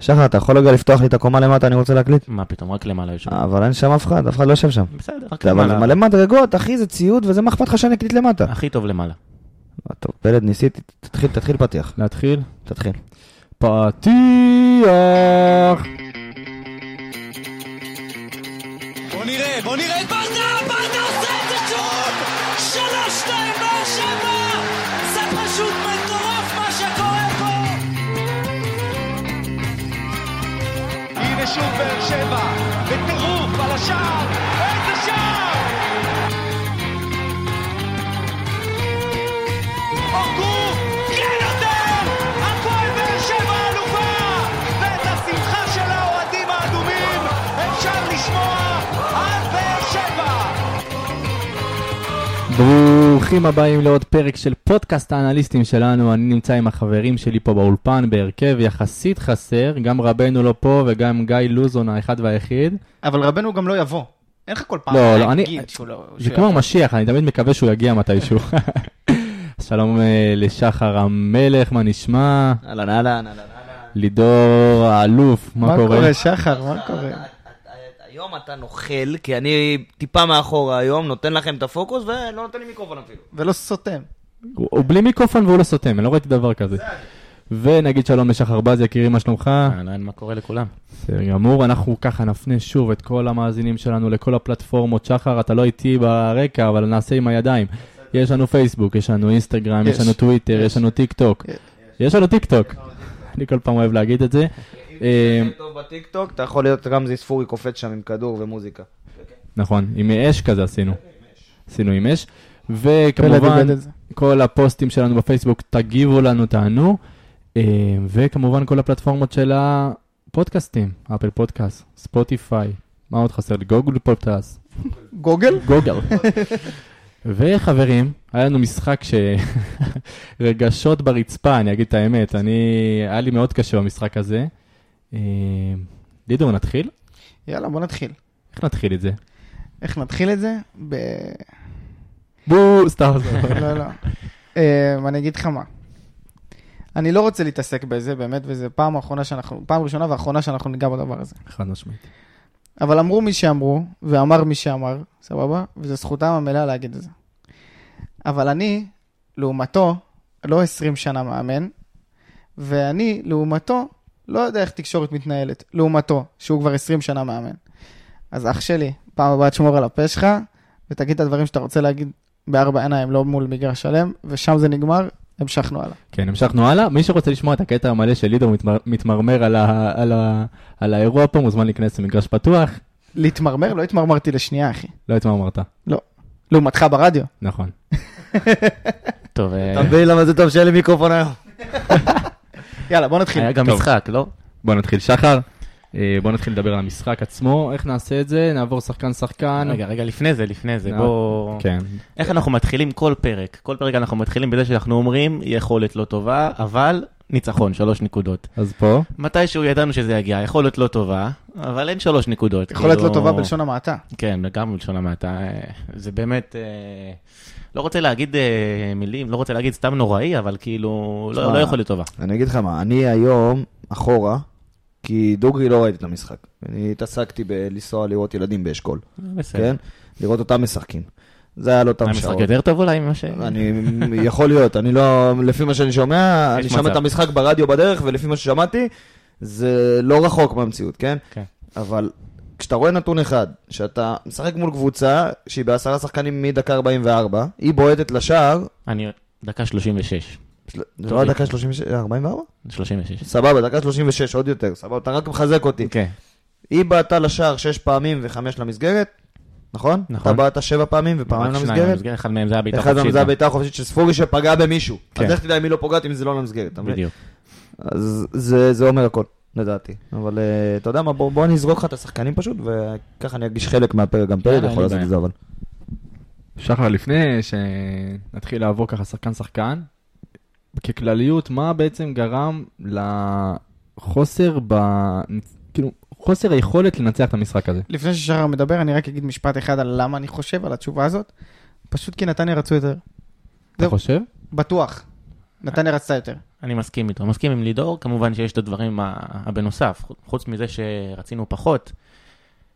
שחר, אתה יכול רגע לפתוח לי את הקומה למטה, אני רוצה להקליט? מה פתאום, רק למעלה יושב. אה, אבל אין שם אף אחד, אף אחד לא יושב שם. בסדר, רק אבל למעלה. מלא מדרגות, אחי, זה ציוד, וזה מה אכפת לך שאני אקליט למטה. אה, הכי טוב למעלה. טוב, פלד, ניסיתי, תתחיל, תתחיל פתיח. להתחיל? תתחיל. פתיח! בוא נראה, בוא נראה את ברדה, ברדה עושה את זה שוב! שלוש, שתיים, באר שבע! זה פשוט מטורף מה שקורה פה! הנה שוב באר שבע, בטירוף על השער, איזה שער! הורגו, כן נותן! הפועל באר שבע אלופה! ואת השמחה של האוהדים האדומים אפשר לשמוע עד באר שבע! ברוכים הבאים לעוד פרק של פודקאסט האנליסטים שלנו. אני נמצא עם החברים שלי פה באולפן בהרכב יחסית חסר, גם רבנו לא פה וגם גיא לוזון האחד והיחיד. אבל רבנו גם לא יבוא. אין לך כל פעם לא, לא, להגיד אני- שהוא לא... זה שהוא כמו יבוא. המשיח, אני תמיד מקווה שהוא יגיע מתישהו. אז שלום אה, לשחר המלך, מה נשמע? אהלן, אהלן, אהלן, אהלן. לידור האלוף, מה מה קורה? קורה, שחר? מה קורה? היום אתה נוכל, כי אני טיפה מאחורה היום, נותן לכם את הפוקוס ולא נותן לי מיקרופון אפילו. ולא סותם. הוא הוא בלי מיקרופון והוא לא סותם, אני לא ראיתי דבר כזה. ונגיד שלום לשחר בז, יקירי, מה שלומך? אהלן, מה קורה לכולם? בסדר גמור, אנחנו ככה נפנה שוב את כל המאזינים שלנו לכל הפלטפורמות. שחר, אתה לא איתי ברקע, אבל נעשה עם הידיים. יש לנו פייסבוק, יש לנו אינסטגרם, יש יש. לנו טוויטר, יש לנו טיק טוק. יש לנו טיק טוק. אני כל פעם אוהב להגיד את זה. אה, טוב בטיקטוק, אתה יכול להיות רמזי ספורי קופץ שם עם כדור ומוזיקה. נכון, עם אש כזה עשינו. עשינו עם אש. פלד וכמובן, איבד את זה. כל הפוסטים שלנו בפייסבוק, תגיבו לנו, תענו. אה, וכמובן, כל הפלטפורמות של הפודקאסטים, אפל פודקאסט, ספוטיפיי, מה עוד חסר לי? גוגל פודקאסט. גוגל? גוגל. וחברים, היה לנו משחק ש... רגשות ברצפה, אני אגיד את האמת. אני... היה לי מאוד קשה במשחק הזה. אה, לידור, נתחיל? יאללה, בוא נתחיל. איך נתחיל את זה? איך נתחיל את זה? ב... בואו, סתם. לא, לא. אמ, אני אגיד לך מה. אני לא רוצה להתעסק בזה, באמת, וזה פעם האחרונה שאנחנו, פעם ראשונה והאחרונה שאנחנו ניגע בדבר הזה. חד משמעית. אבל אמרו מי שאמרו, ואמר מי שאמר, סבבה? וזו זכותם המלאה להגיד את זה. אבל אני, לעומתו, לא 20 שנה מאמן, ואני, לעומתו, לא יודע איך תקשורת מתנהלת. לעומתו, שהוא כבר 20 שנה מאמן. אז אח שלי, פעם הבאה תשמור על הפה שלך, ותגיד את הדברים שאתה רוצה להגיד בארבע עיניים, לא מול מגרש שלם, ושם זה נגמר, המשכנו הלאה. כן, המשכנו הלאה. מי שרוצה לשמוע את הקטע המלא של לידור מתמר- מתמרמר על, ה... על, ה... על האירוע פה, מוזמן להיכנס למגרש פתוח. להתמרמר? לא התמרמרתי לשנייה, אחי. לא התמרמרת. לעומתך ברדיו. נכון. טוב, אה, אתה מבין למה זה טוב שאין לי מיקרופון היום? יאללה, בוא נתחיל. היה גם טוב. משחק, לא? בוא נתחיל, שחר. אה, בוא נתחיל לדבר על המשחק עצמו. איך נעשה את זה? נעבור שחקן-שחקן. רגע, רגע, לפני זה, לפני זה, אה, בוא... כן. איך אנחנו מתחילים כל פרק? כל פרק אנחנו מתחילים בזה שאנחנו אומרים, יכולת לא טובה, אבל ניצחון, שלוש נקודות. אז פה. מתישהו ידענו שזה יגיע, יכולת לא טובה, אבל אין שלוש נקודות. יכולת כאילו- לא טובה בלשון המעטה. כן, גם בלשון המעטה. אה, זה באמת, אה, לא רוצה להגיד אה, מילים, לא רוצה להגיד סתם נוראי, אבל כאילו, לא תשמע, לא יכולת טובה. אני אגיד לך מה, אני היום אחורה, כי דוגרי לא ראיתי את המשחק. אני התעסקתי בלנסוע לראות ילדים באשכול, בסדר. כן? לראות אותם משחקים. זה היה לא אותם היה שעות. משחק יותר טוב אולי ממה ש... אני, יכול להיות, אני לא, לפי מה שאני שומע, יש אני שומע מצב. את המשחק ברדיו בדרך, ולפי מה ששמעתי, זה לא רחוק מהמציאות, כן? כן. אבל כשאתה רואה נתון אחד, שאתה משחק מול קבוצה שהיא בעשרה שחקנים מדקה 44, היא בועטת לשער, אני... דקה 36. של- זה לא היה דקה 36, 44? 36. סבבה, דקה 36, עוד יותר, סבבה, אתה רק מחזק אותי. כן. היא בעטה לשער שש פעמים וחמש למסגרת, נכון? נכון. אתה בעטת שבע פעמים ופעמיים רק שניים למסגרת? אחד מהם זה היה בעיטה לא אחד מהם חופשית. לא? זה הבעיטה החופשית של ספורי שפגעה במישהו. כן. אז איך תדע אם היא לא פוגעת אם זה לא למסגרת, אתה מבין? בדיוק. אז זה, זה אומר הכל, לדעתי. אבל אה, אתה יודע מה, בוא, בוא אני אזרוק לך את השחקנים פשוט, וככה אני ארגיש חלק מהפרק, גם פרק יאללה, אין יכול לעשות בעיה. את זה, אבל. שחר, לפני שנתחיל לעבור ככה שחקן-שחקן, ככלליות, מה בעצם גרם לחוסר ב... כאילו, חוסר היכולת לנצח את המשחק הזה? לפני ששחר מדבר, אני רק אגיד משפט אחד על למה אני חושב, על התשובה הזאת. פשוט כי נתניה רצו יותר. אתה זהו. חושב? בטוח. נתניה רצתה יותר. אני מסכים איתו, מסכים עם לידור, כמובן שיש את הדברים ה- הבנוסף, חו- חוץ מזה שרצינו פחות.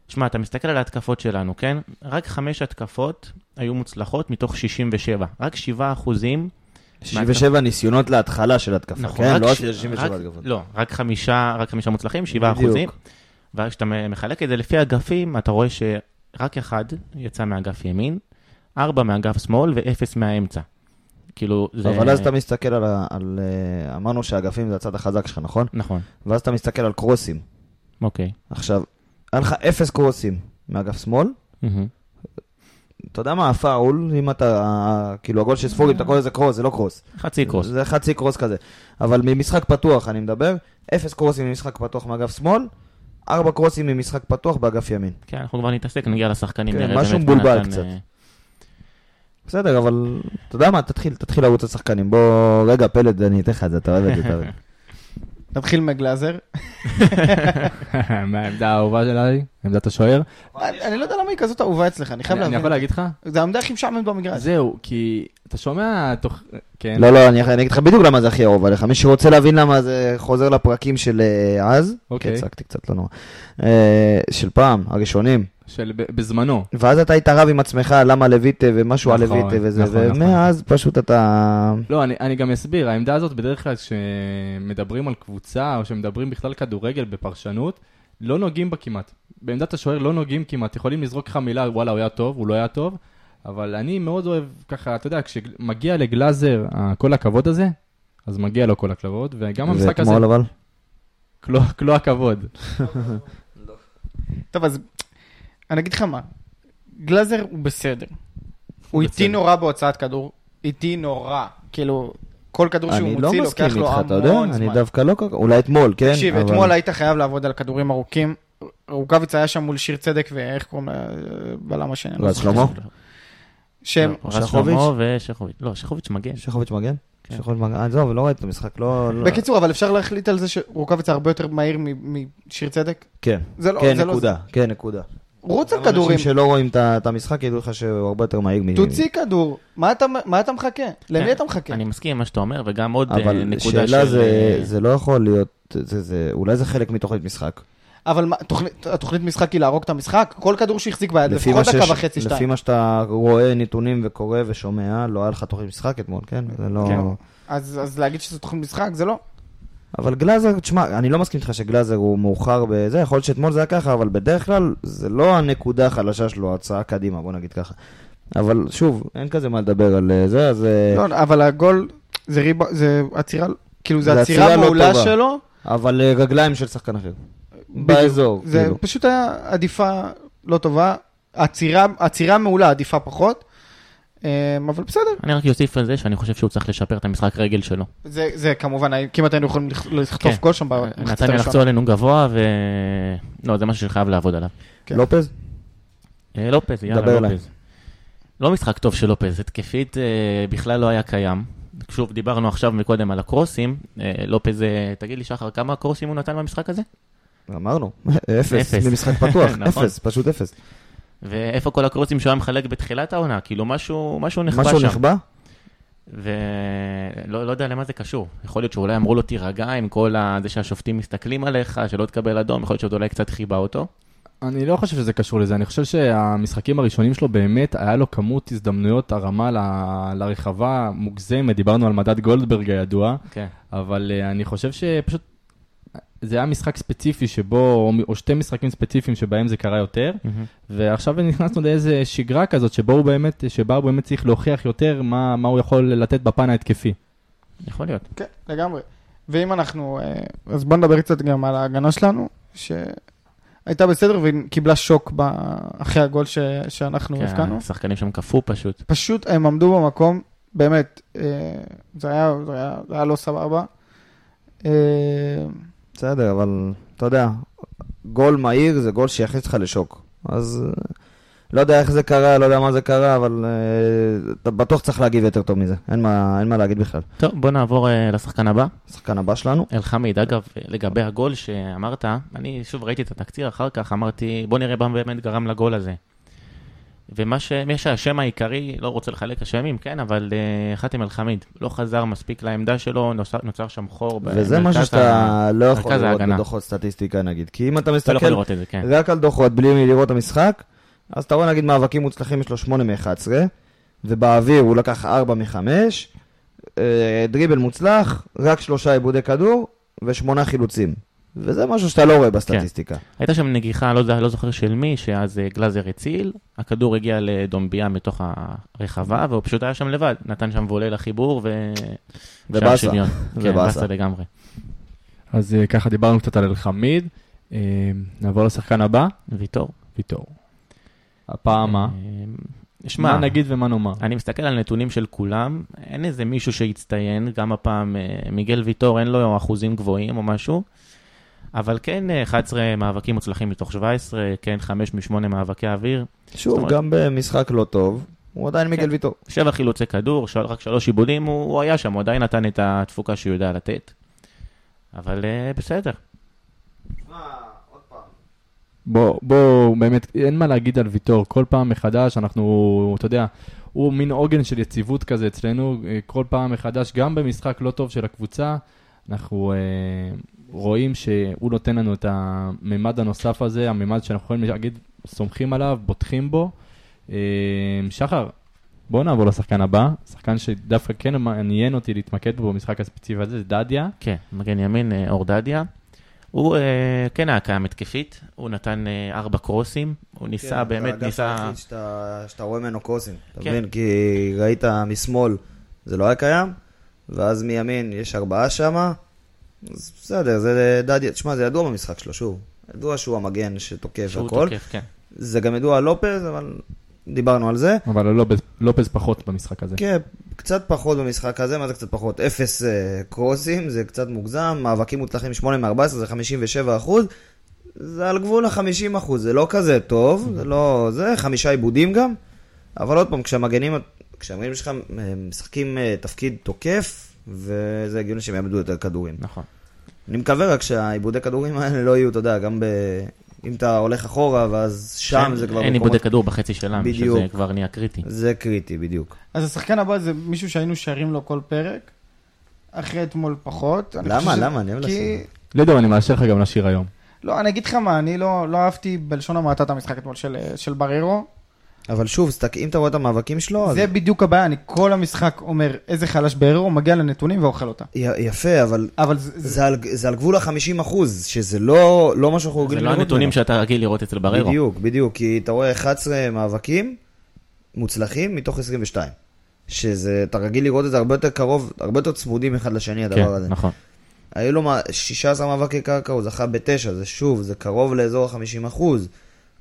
שמע, אתה מסתכל על ההתקפות שלנו, כן? רק חמש התקפות היו מוצלחות מתוך 67. רק 7 אחוזים 67 ניסיונות להתחלה של התקפה, נכון, כן? רק לא ש- 67 רק- התקפות. לא, רק חמישה, רק חמישה מוצלחים, שבעה בדיוק. אחוזים. וכשאתה מ- מחלק את זה לפי אגפים, אתה רואה שרק אחד יצא מאגף ימין, ארבע מאגף שמאל ואפס מהאמצע. כאילו, זה... אבל אז אתה מסתכל על ה- על... אה, אמרנו שהאגפים זה הצד החזק שלך, נכון? נכון, ואז אתה מסתכל על קרוסים. אוקיי. עכשיו, היה לך אפס קרוסים מאגף שמאל. מהמם. אתה יודע מה, הפאול, אם אתה, כאילו הגול של ספורי, אתה קורא לזה קרוס, זה לא קרוס. חצי קרוס. זה חצי קרוס כזה. אבל ממשחק פתוח אני מדבר, אפס קרוסים ממשחק פתוח מאגף שמאל, ארבע קרוסים ממשחק פתוח באגף ימין. כן, אנחנו כבר נתעסק, נגיע לשחקנים. כן, נראה משהו באמת מה מבולבל נתן, קצת. אה, בסדר, אבל אתה יודע מה, תתחיל, תתחיל לרוץ לשחקנים. בוא, רגע, פלד, אני אתן לך את זה, אתה אוהב את זה. אתה אוהב את זה. נתחיל מגלאזר. מהעמדה האהובה שלי, עמדת השוער. אני אני לא יודע למה היא כזאת אהובה אצלך, אני חייב אני אני יכול להבין. כן. להגיד לך? זה העמדה הכי משעממת במגרש. זהו, כי אתה שומע תוך... כן. לא, לא, אני אני אגיד לך בדיוק למה זה הכי אהוב עליך. מי שרוצה להבין למה זה חוזר לפרקים של אה, אז, אוקיי. כן, צעקתי קצת, לא נורא, אה, של פעם, הראשונים. של ב- בזמנו. ואז אתה היית רב עם עצמך למה לויטה ומשהו על נכון, לויטה וזה, נכון, נכון. ומאז פשוט אתה... לא, אני, אני גם אסביר, העמדה הזאת בדרך כלל כשמדברים על קבוצה או שמדברים בכלל כדורגל בפרשנות, לא נוגעים בה כמעט. בעמדת השוער לא נוגעים כמעט, יכולים לזרוק לך מילה, וואלה, הוא היה טוב, הוא לא היה טוב, אבל אני מאוד אוהב ככה, אתה יודע, כשמגיע לגלאזר ה- כל הכבוד הזה, אז מגיע לו כל הכבוד, וגם המשחק הזה, ואתמול אבל? כלו, כלו הכבוד. טוב, אז אני אגיד לך מה, גלאזר הוא בסדר. הוא בסדר. איטי נורא בהוצאת כדור, איטי נורא. כאילו, כל כדור שהוא אני לא מוציא מסכים לוקח לו איתך, אתה יודע? המון אני זמן. דווקא לא כל כך... אולי אתמול, כן? תקשיב, אבל- אתמול היית חייב לעבוד על כדורים ארוכים. רוקאביץ היה שם מול שיר צדק ואיך קוראים לבלם השני? אני לא רז זוכר. שלמה? שהם, לא, רז שחוביץ'? שלמה ושכוביץ'. לא, שכוביץ' מגן. שכוביץ' מגן? כן. שכוביץ' מגן? עזוב, לא ראיתי את המשחק, לא... לא- בקיצור, אבל אפשר להחליט על זה שרוקאביץ הרבה יותר מהיר מ- משיר צדק? כן. זה לא, כן, זה לא- נקודה. כן, נקודה. רוץ על לא גם אנשים כדורים, שלא רואים את ה- את המשחק ידעו לך שהוא הרבה יותר מהיר מ... תוציא כדור, מה אתה- מה אתה מחכה? למי כן, אתה מחכה? אני מסכים עם מה שאתה אומר, וגם עוד אה, אבל נקודה של... שאלה זה, אה, זה לא יכול להיות, זה, זה, אולי זה חלק מתוכנית משחק. אבל מה, תוכנית- התוכנית משחק היא להרוג את המשחק? כל כדור שהחזיק ביד, לפי לפחות מה דקה שיש- וחצי, לפי שתיים. מה שאתה רואה נתונים וקורא ושומע, לא היה לך תוכנית משחק אתמול, כן? זה לא... כן. אז אז להגיד שזו תוכנית משחק, זה לא. אבל גלאזר, תשמע, אני לא מסכים איתך שגלאזר הוא מאוחר בזה, יכול להיות שאתמול זה היה ככה, אבל בדרך כלל זה לא הנקודה החלשה שלו, ההצעה קדימה, בוא נגיד ככה. אבל שוב, אין כזה מה לדבר על אה, זה, אז... אה, לא, אבל הגול, זה ריבא, זה עצירה, כאילו זה זה עצירה עצירה לא מעולה טובה. שלו. אבל אה, רגליים של שחקן אחר. בדיוק. באזור, זה כאילו. פשוט היה עדיפה לא טובה. עצירה, עצירה מעולה, עדיפה פחות. אמ, אבל בסדר, אני רק אוסיף על זה שאני חושב שהוא צריך לשפר את המשחק רגל שלו. זה, זה כמובן, הי- כמעט היינו יכולים לכ- לכתוב כן. גול שם במחצית נתניה לחצו הראשונה. עלינו גבוה, ו... לא, זה משהו שחייב לעבוד עליו. כן. לופז? אה, לופז, דבר יאללה, אליי. לופז. לא משחק טוב של לופז, התקפית אה, בכלל לא היה קיים. שוב, דיברנו עכשיו מקודם על הקרוסים. אה, לופז, אה, תגיד לי, שחר, כמה קרוסים הוא נתן במשחק הזה? אמרנו, אפס, אפס. ממשחק פתוח, נכון. אפס, פשוט אפס. ואיפה כל הקרוסים שהוא היה מחלק בתחילת העונה? כאילו, משהו, משהו נחבא משהו שם. נחבא? ולא לא יודע למה זה קשור. יכול להיות שאולי אמרו לו תירגע עם כל ה- זה שהשופטים מסתכלים עליך, שלא תקבל אדום, יכול להיות שזה אולי קצת חיבה אותו. אני לא חושב שזה קשור לזה, אני חושב שהמשחקים הראשונים שלו באמת, היה לו כמות הזדמנויות הרמה ל- לרחבה מוגזמת, דיברנו על מדד גולדברג הידוע. כן. אבל אה, אני חושב שפשוט זה היה משחק ספציפי שבו, או מ- או שתי משחקים ספציפיים שבהם זה קרה יותר, Mhm. ועכשיו נכנסנו לאיזה שגרה כזאת שבו הוא באמת, שבה הוא באמת צריך להוכיח יותר מה, מה הוא יכול לתת בפן ההתקפי. יכול להיות. כן, לגמרי. ואם אנחנו, אה, אז בוא נדבר קצת גם על ההגנה שלנו, שהייתה בסדר והיא קיבלה שוק ב... אחרי הגול ש... שאנחנו כן, הבקענו. השחקנים שם קפאו פשוט. פשוט הם עמדו במקום, באמת, אה, זה היה, זה היה, זה היה לא סבבה. אה, בסדר, אבל אתה יודע, גול מהיר זה גול שיכניס אותך לשוק. אז אה, לא יודע איך זה קרה, לא יודע מה זה קרה, אבל אה, אתה בטוח צריך להגיב יותר טוב מזה. אין מה, אין מה להגיד בכלל. טוב, בוא נעבור אה, לשחקן הבא. השחקן הבא שלנו, אלחמיד, אגב, לגבי הגול שאמרת, אני שוב ראיתי את התקציר אחר כך, אמרתי, בוא נראה מה באמת גרם לגול הזה. ומה ש... מי שהשם העיקרי, לא רוצה לחלק אשמים, כן, אבל אה, חתם אל-חמיד לא חזר מספיק לעמדה שלו, נוצר, נוצר שם חור. וזה במרכז משהו שאתה ה- לא יכול מרכז לראות ההגנה. בדוחות סטטיסטיקה נגיד. כי אם אתה אתה לא יכול מסתכל לראות את זה, כן. רק על דוחות בלי לראות את המשחק, אז אתה רואה נגיד מאבקים מוצלחים יש לו 8 מ-11, ובאוויר הוא לקח 4 מ-5, דריבל מוצלח, רק שלושה עיבודי כדור ושמונה חילוצים. וזה משהו שאתה לא כן. רואה בסטטיסטיקה. הייתה שם נגיחה, לא, יודע- לא זוכר של מי, שאז אה, גלאזר הציל, הכדור הגיע לדומביה מתוך הרחבה, והוא פשוט היה שם לבד, נתן שם וולי לחיבור ו... ובאסה. שער שוויון. כן, ובאסה. באסה לגמרי. אז אה, ככה דיברנו קצת על אלחמיד, אה, נעבור לשחקן הבא, ויטור. ויטור. הפעם מה? אה, שמע, מה נגיד ומה נאמר? אני מסתכל על נתונים של כולם, אין איזה מישהו שהצטיין, גם הפעם אה, מיגל ויטור אין לו אחוזים גבוהים או משהו, אבל כן אה, 11 מאבקים מוצלחים מתוך 17, כן 5 מ-8 מאבקי אוויר, זאת שוב, אומרת- כן. גם במשחק לא טוב, הוא עדיין מיגל ויטור. שבע חילוצי כדור, של, רק שלוש עיבודים, הוא, הוא היה שם, הוא עדיין נתן את התפוקה שהוא יודע לתת. אבל אה, בסדר, בוא, בוא, באמת, אין מה להגיד על ויטור, כל פעם מחדש אנחנו, אתה יודע, הוא מין עוגן של יציבות כזה אצלנו, אה, כל פעם מחדש, גם במשחק לא טוב של הקבוצה, אנחנו אה, רואים שהוא נותן לנו את הממד הנוסף הזה, הממד שאנחנו יכולים להגיד, סומכים עליו, בוטחים בו. אה, שחר, בוא נעבור לשחקן הבא, שחקן שדווקא כן מעניין אותי להתמקד בו במשחק הספציפי הזה, זה דדיה. כן, מגן ימין, אה, אור דדיה. הוא אה, כן היה קיים התקפית, הוא נתן אה, ארבע קרוסים, הוא ניסה כן, באמת, ניסה... שאתה, שאתה רואה ממנו קוסים, אתה כן. מבין? כי ראית משמאל, זה לא היה קיים, ואז מימין יש ארבעה שמה, אז בסדר, זה דדי, תשמע, זה ידוע במשחק שלו, שוב. ידוע שהוא המגן שתוקף שהוא הכל. תוקף, כן. זה גם ידוע על לופז, אבל דיברנו על זה. אבל לא לופז, לופז פחות במשחק הזה. כן, קצת פחות במשחק הזה, מה זה קצת פחות? אפס אה, קרוסים, זה קצת מוגזם, מאבקים מוצלחים 8 מ-14, זה 57 אחוז, זה על גבול ה-50 אחוז, זה לא כזה טוב, זה לא... זה חמישה עיבודים גם, אבל עוד פעם, כשהמגנים, כשהמגנים שלך אה, משחקים אה, תפקיד תוקף, וזה הגיוני שהם יאבדו יותר כדורים. נכון. אני מקווה רק שהעיבודי כדורים האלה לא יהיו, אתה יודע, גם ב... אם אתה הולך אחורה, ואז שם זה כבר... כן, אין מקומות- עיבודי כדור בחצי שלנו, שזה בדיוק. כבר נהיה קריטי. זה קריטי, בדיוק. אז השחקן הבא זה מישהו שהיינו שרים לו כל פרק, אחרי אתמול פחות. אני למה? חושב ש- למה? אני אוהב כי... לשיר. לידור, אני מאשר לך גם לשיר היום. לא, אני אגיד לך מה, אני לא, לא אהבתי בלשון המעטה את המשחק אתמול של, אה, של בררו. אבל שוב, סתק- אם אתה רואה את המאבקים שלו, אז... זה בדיוק הבעיה, אני כל המשחק אומר איזה חלש בררו, הוא מגיע לנתונים ואוכל אותה. י- יפה, אבל אבל זה, זה... זה על, זה על גבול ה-50 אחוז, שזה לא, לא מה שאנחנו זה רגילים לא לראות הנתונים ממנו. שאתה רגיל לראות אצל בררו. בדיוק, בדיוק, כי אתה רואה 11 מאבקים מוצלחים מתוך 22. שזה, אתה רגיל לראות את זה הרבה יותר קרוב, הרבה יותר צמודים אחד לשני, הדבר כן, הזה. נכון. היו לו מה- 16 מאבקי קרקע, הוא זכה בתשע, זה שוב, זה קרוב לאזור ה-50 אחוז.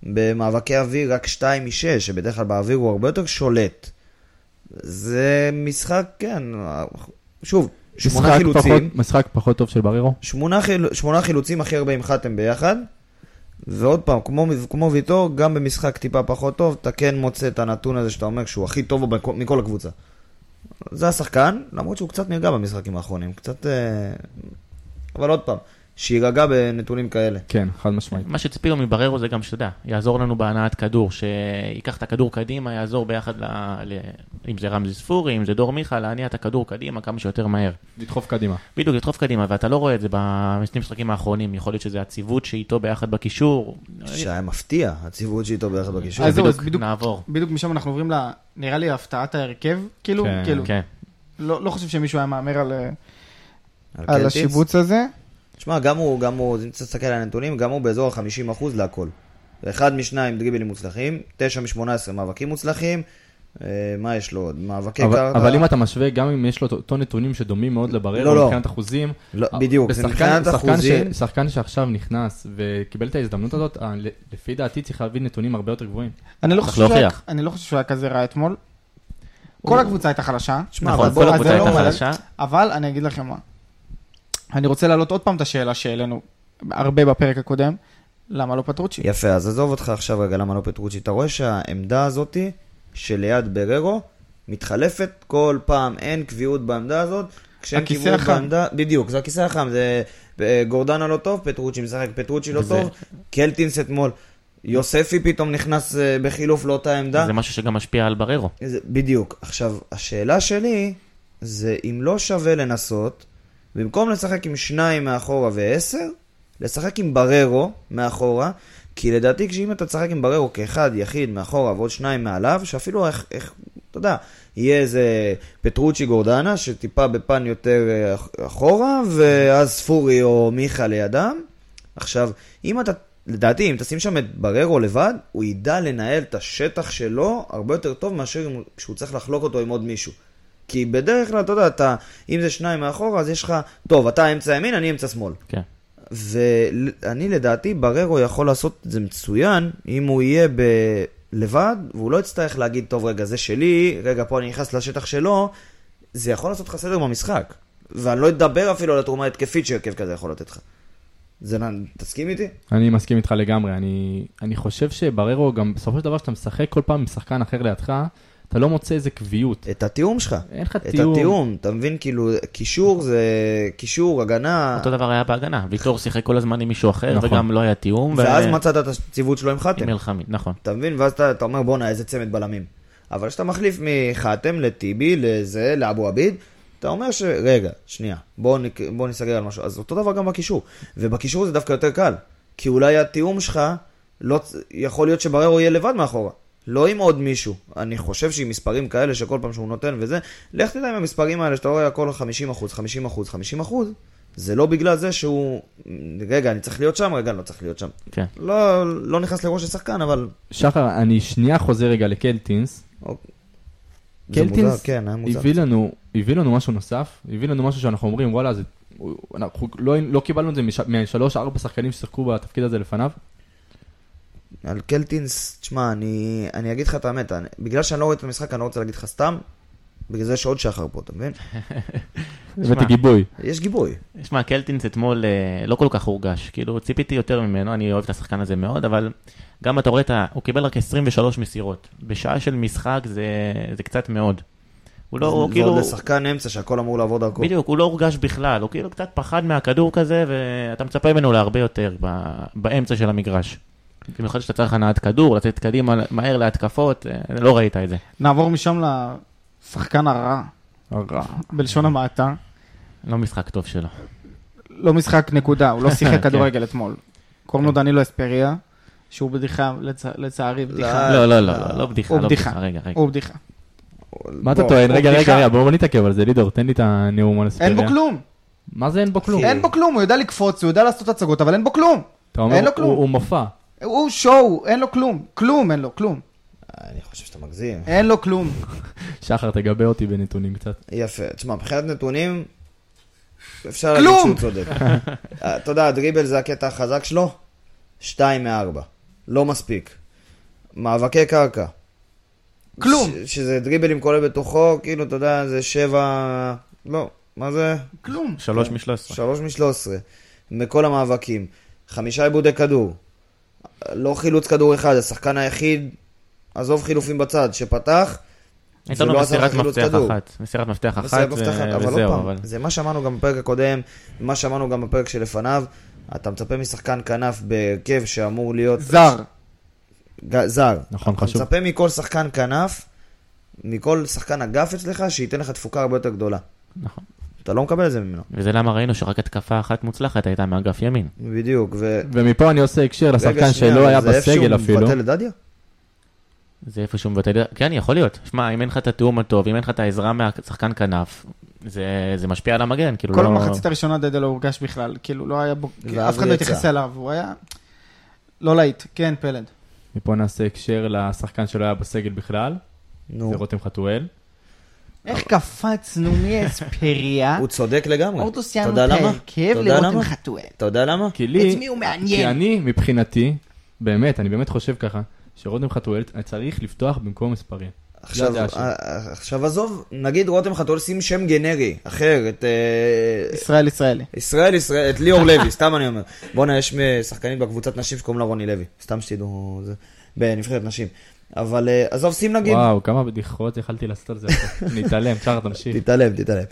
במאבקי אוויר רק 2 מ-6, שבדרך כלל באוויר הוא הרבה יותר שולט. זה משחק, כן, שוב, שמונה משחק חילוצים. פחות- משחק פחות טוב של בררו. שמונה, חיל, שמונה חילוצים הכי הרבה עם חתם ביחד. ועוד פעם, כמו, כמו ויטור, גם במשחק טיפה פחות טוב, אתה כן מוצא את הנתון הזה שאתה אומר שהוא הכי טוב בו בכ- מכל הקבוצה. זה השחקן, למרות שהוא קצת נרגע במשחקים האחרונים, קצת... אה, אבל עוד פעם, שיירגע בנתונים כאלה. כן, חד משמעית. מה שציפינו מבררו זה גם שאתה יודע, יעזור לנו בהנעת כדור, שייקח את הכדור קדימה, יעזור ביחד, ל... ל... אם זה רמזי ספורי, אם זה דור מיכה, להניע את הכדור קדימה כמה שיותר מהר. כן. לדחוף קדימה. בדיוק, לדחוף קדימה, ואתה לא רואה את זה בשני משחקים האחרונים, יכול להיות שזה הציוות שאיתו ביחד בקישור. שהיה מפתיע, הציבות שאיתו ביחד בגישור. אז זהו, אז בדיוק, בדיוק- נעבור. בדיוק משם אנחנו עוברים ל... נראה לי הפתעת ההרכב, כאילו, כן, כאילו, כן, לא, לא חושב שמישהו היה מהמר על, אה, על על קלטינס. השיבוץ הזה. שמע, גם הוא, גם הוא, אם תסתכל על הנתונים, גם הוא באזור ה-50% להכל. אחד משניים דריבלים מוצלחים, תשע מ-18 מאבקים מוצלחים, אה, מה יש לו עוד? מאבקי אבל קרקע. אבל אם אתה משווה, גם אם יש לו את אותו נתונים שדומים מאוד לא, לבררו לא. מבחינת אחוזים, לא, בדיוק, זה בשחקן- מבחינת שחקן אחוזים. ש- שחקן שעכשיו נכנס וקיבל את ההזדמנות הזאת, אה, ל- לפי דעתי צריך להביא נתונים הרבה יותר גבוהים. אני לא, צריך חושב שהוא היה, להוכיח. אני לא חושב שהוא היה כזה רע אתמול. כל הקבוצה הייתה חלשה, שמע, נכון, אבל בוא- כל אז הקבוצה זה הייתה לא- חלשה. אבל אני אגיד לכם מה. אני רוצה להעלות עוד פעם את השאלה שהעלינו הרבה בפרק הקודם, למה לא פטרוצ'י? יפה, אז עזוב אותך עכשיו רגע, למה לא פטרוצ'י? אתה רואה שהעמדה הזאתי, שליד בררו, מתחלפת כל פעם, אין קביעות בעמדה הזאת. כשאין הכיסא קביעות החם. בעמדה, בדיוק, זה הכיסא החם, זה אה, גורדנה לא טוב, פטרוצ'י משחק, פטרוצ'י לא וזה- טוב, קלטינס אתמול. יוספי פתאום נכנס אה, בחילוף לאותה עמדה. זה משהו שגם משפיע על בררו. זה- בדיוק. עכשיו, השאלה שלי זה אם לא שווה לנסות, במקום לשחק עם שניים מאחורה ועשר, לשחק עם בררו מאחורה, כי לדעתי כשאם אתה תשחק עם בררו כאחד יחיד מאחורה ועוד שניים מעליו, שאפילו איך, איך אתה יודע, יהיה איזה פטרוצ'י גורדנה שטיפה בפן יותר אה, אח- אחורה, ואז ספורי או מיכה לידם. עכשיו, אם אתה, לדעתי, אם תשים שם את בררו לבד, הוא ידע לנהל את השטח שלו הרבה יותר טוב מאשר אם- כשהוא צריך לחלוק אותו עם עוד מישהו. כי בדרך כלל, אתה יודע, אתה, אם זה שניים מאחורה, אז יש לך, טוב, אתה אמצע ימין, אני אמצע שמאל. כן. ואני לדעתי, בררו יכול לעשות את זה מצוין, אם הוא יהיה ב... לבד, והוא לא יצטרך להגיד, טוב, רגע, זה שלי, רגע, פה אני נכנס לשטח שלו, זה יכול לעשות לך סדר במשחק. ואני לא אדבר אפילו על התרומה ההתקפית שהרכב כזה יכול לתת לך. זה, נ- תסכים איתי? אני מסכים איתך לגמרי, אני, אני חושב שבררו גם בסופו של דבר כשאתה משחק כל פעם עם שחקן אחר לידך, אתה לא מוצא איזה קביעות. את התיאום שלך. אין לך את תיאום. התיאום, אתה מבין? כאילו, קישור זה קישור, הגנה, אותו דבר היה בהגנה, ויטור שיחק כל הזמן עם מישהו אחר, נכון. וגם לא היה תיאום. ו- ואז כן. מצאת את הציוות שלו עם חתם. עם אלחמיד, נכון. אתה מבין? ואז אתה, אתה אומר, בואנה, איזה צמד בלמים. אבל כשאתה מחליף מחתם לטיבי, לזה, לאבו עביד, אתה אומר ש... רגע, שנייה, בואו נק... בוא נסגר על משהו. אז אותו דבר גם בקישור. ובקישור זה דווקא יותר קל. כי אולי התיאום שלך, לא... צ- יכול להיות שבררו יהיה לבד מאחורה. לא עם עוד מישהו. אני חושב שעם מספרים כאלה שכל פעם שהוא נותן וזה, לך תדע עם המספרים האלה שאתה רואה הכל 50 אחוז, 50 אחוז, 50 אחוז, זה לא בגלל זה שהוא, רגע, אני צריך להיות שם, רגע, אני לא צריך להיות שם. כן. לא, לא נכנס לראש השחקן, אבל שחר, אני שנייה חוזר רגע לקלטינס. אוקיי. זה מוזר, קלטינס כן, היה מוזר. הביא לנו, הביא לנו משהו נוסף, הביא לנו משהו שאנחנו אומרים, וואלה, זה, הוא- אנחנו לא, לא קיבלנו את זה מש- מהשלוש-ארבע שחקנים ששיחקו בתפקיד הזה לפניו. על קלטינס, תשמע, אני, אני אגיד לך את האמת, אני, בגלל שאני לא רואה את המשחק, אני לא רוצה להגיד לך סתם, בגלל זה יש עוד שחר פה, אתה מבין? הבאתי גיבוי. יש גיבוי. שמע, קלטינס אתמול אה, לא כל כך הורגש, כאילו ציפיתי יותר ממנו, אני אוהב את השחקן הזה מאוד, אבל גם אתה רואה, את ה- הוא קיבל רק 23 מסירות. בשעה של משחק זה, זה קצת מאוד. הוא לא, הוא זה- כאילו, ועוד לשחקן אמצע שהכל אמור לעבור דרכו. בדיוק, הוא לא הורגש בכלל, הוא כאילו קצת פחד מהכדור כזה, ואתה מצפה ממנו להרבה יותר ב- באמצע של המגרש. במיוחד שאתה צריך הנעת כדור, לתת קדימה מהר להתקפות, אה, לא ראית את זה. נעבור משם לשחקן הרע, הרע. בלשון המעטה. לא משחק טוב שלו. לא משחק נקודה, הוא לא כן. שיחק כדורגל אתמול. קוראים לו דנילו אספריה, שהוא בדיחה, לצ- לצערי בדיחה. לא, לא, לא, לא, לא בדיחה, הוא לא בדיחה. בדיחה, רגע, רגע. הוא בדיחה. מה אתה בוא, טוען? הוא רגע, רגע, בדיחה. רגע, בואו נתעכב על זה, לידור, תן לי את הנאום על הספריה. אין בו כלום, מה זה אין בו כן. כלום? אין בו כלום, הוא יודע לקפוץ, הוא יודע לעשות הצגות, אבל אין בו כלום. אתה אומר, אין לו הוא- כלום. הוא מופע. הוא שואו, אין לו כלום, כלום אין לו, כלום. אה, אני חושב שאתה מגזים. אין לו כלום. שחר, תגבה אותי בנתונים קצת. יפה. תשמע, מבחינת נתונים, אפשר להגיד כלום! שהוא צודק. אה, אתה יודע, הדריבל זה הקטע החזק שלו, 2 מ-4. לא מספיק. מאבקי קרקע. כלום. ש- שזה דריבלים כולל בתוכו, כאילו, אתה יודע, זה 7... לא, מה זה? כלום. שלוש משלוש עשרה. 3 מ-13. מכל המאבקים. חמישה עיבודי כדור. לא חילוץ כדור אחד, השחקן היחיד, עזוב חילופים בצד, שפתח. הייתה לנו ולא לא עשה לא מסירת חילוץ מפתח כדור. אחת. מסירת מפתח זה אחת, היה מפתח ו- אחת, אבל עוד וזהו, פעם, אבל... זה מה שאמרנו גם בפרק הקודם, מה שאמרנו גם בפרק שלפניו, אתה מצפה משחקן כנף בהרכב שאמור להיות... זר. ג- זר. נכון, אתה חשוב. מצפה מכל שחקן כנף, מכל שחקן אגף אצלך, שייתן לך תפוקה הרבה יותר גדולה. נכון. אתה לא מקבל את זה ממנו. וזה למה ראינו שרק התקפה אחת מוצלחת הייתה מאגף ימין. בדיוק, ו... ומפה אני עושה הקשר לשחקן שלא היה בסגל זה איפשהו אפילו. מבטל את דדיה? זה איפה שהוא מבטא, כן, יכול להיות. שמע, אם אין לך את התיאום הטוב, אם אין לך את העזרה מהשחקן כנף, זה, זה משפיע על המגן, כאילו כל לא... המחצית הראשונה דדה לא הורגש בכלל, כאילו לא היה בו, ואז אף אחד הוא לא יצא. התייחס אליו, הוא היה לא להיט, כן פלד. מפה נעשה הקשר לשחקן שלא היה בסגל בכלל, נו, זה רותם חתואל. איך קפצנו מאספריה, הוא צודק לגמרי. אורטו אתה סיימנו יודע את למה? ההרכב אתה יודע לרותם למה? חתואל. אתה יודע למה? כי לא את לי, מי הוא כי מעניין? אני מבחינתי, באמת, אני באמת חושב ככה, שרותם חתואל צריך לפתוח במקום לא מספריה. עכשיו, הדעה שלי. אה, אה, עכשיו עזוב, נגיד רותם חתול שים שם גנרי, אחר, את... אה, ישראל ישראלי. ישראל, ישראל, את ליאור לוי, סתם אני אומר. בואנה, יש שחקנית בקבוצת נשים שקוראים לה רוני לוי, סתם שתדעו, זה, בנבחרת נשים. אבל אה, עזוב, שים נגיד, וואו, כמה בדיחות יכלתי לעשות על זה, נתעלם, שחר תמשיך. תתעלם, תתעלם.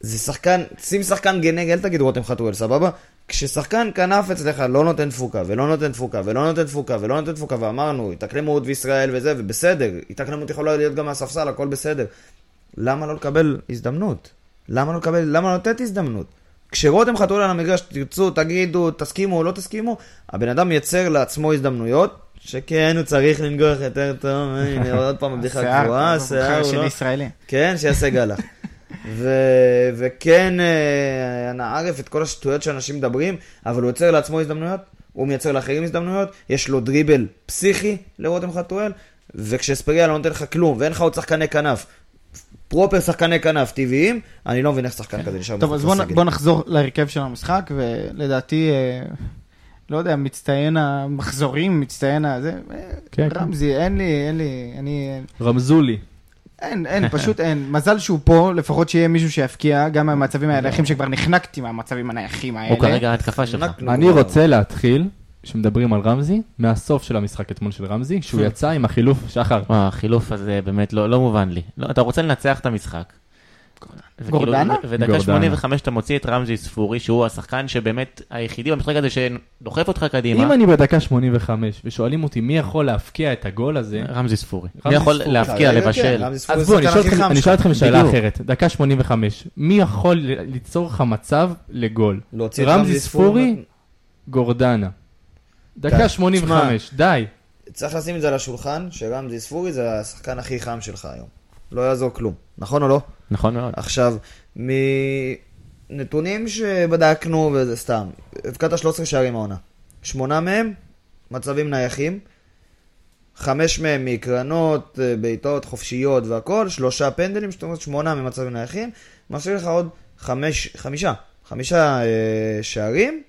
זה שחקן, שים שחקן גנג, אל תגיד רותם חתואל, סבבה? כששחקן כנף אצלך לא נותן תפוקה, ולא נותן תפוקה, ולא נותן תפוקה, ולא נותן תפוקה, ואמרנו, התאקלמות וישראל וזה, ובסדר, התאקלמות יכולה להיות גם מהספסל, הכל בסדר. למה לא לקבל הזדמנות? למה לא לקבל, למה לא לתת הזדמנות? כשרותם חתול על המגרש, תרצו, תגידו, תסכימו או לא תסכימו, הבן אדם יצר לעצמו הזדמנויות, שכן, הוא צריך לנגוח יותר טוב, הנה, עוד פעם הבדיחה קבועה, שיער, הוא של לא... ישראלי. כן, שיעשה גלח. ו- וכן, אה, אנא ערף את כל השטויות שאנשים מדברים, אבל הוא יוצר לעצמו הזדמנויות, הוא מייצר לאחרים הזדמנויות, יש לו דריבל פסיכי לרותם חתואל, וכשאספריה לא נותן לך כלום, ואין לך עוד שחקני כנף, פרופר שחקני כנף טבעיים, אני לא מבין איך שחקן כזה נשאר טוב, מחוץ אז בוא נ- לסגל. בוא נחזור להרכב של המשחק, ולדעתי, אה, לא יודע, מצטיין המחזורים, מצטיין הזה, אה, כן, כן. רמזי, אין לי, אין לי, אני... רמזו לי. אין, אין, פשוט אין. מזל שהוא פה, לפחות שיהיה מישהו שיפקיע, גם מהמצבים הנייחים, שכבר נחנקתי מהמצבים הנייחים האלה. הוא כרגע ההתקפה שלך. נק- אני רוצה להתחיל, כשמדברים על רמזי, מהסוף של המשחק אתמול של רמזי, שהוא יצא עם החילוף שחר. וואו, החילוף הזה באמת לא, לא מובן לי. לא, אתה רוצה לנצח את המשחק. וכאילו, גורדנה? ו- ודקה גורדנה. 85 אתה מוציא את רמזי ספורי, שהוא השחקן שבאמת היחידי במשחק הזה שדוחף אותך קדימה. אם אני בדקה 85 ושואלים אותי מי יכול להפקיע את הגול הזה, רמזי ספורי. רמזי מי יכול ספורי. להפקיע, כן, לבשל. אז בואו, אני אשאל אתכם- אני אשאל אתכם שאלה בדיוק. אחרת. דקה 85, מי יכול ל- ליצור לך מצב לגול? להוציא את רמזי ספורי, גורדנה. די. דקה 85, די. צריך לשים את זה על השולחן, שרמזי ספורי זה השחקן הכי חם שלך היום. לא יעזור כלום. נכון או לא? נכון מאוד. עכשיו, מנתונים שבדקנו, וזה סתם, הבקעת 13 שערים העונה. שמונה מהם, מצבים נייחים. חמש מהם מקרנות, אה, בעיטות חופשיות והכל, שלושה פנדלים, זאת אומרת שמונה ממצבים נייחים. משאיר לך עוד חמש, חמישה, חמישה אה, שערים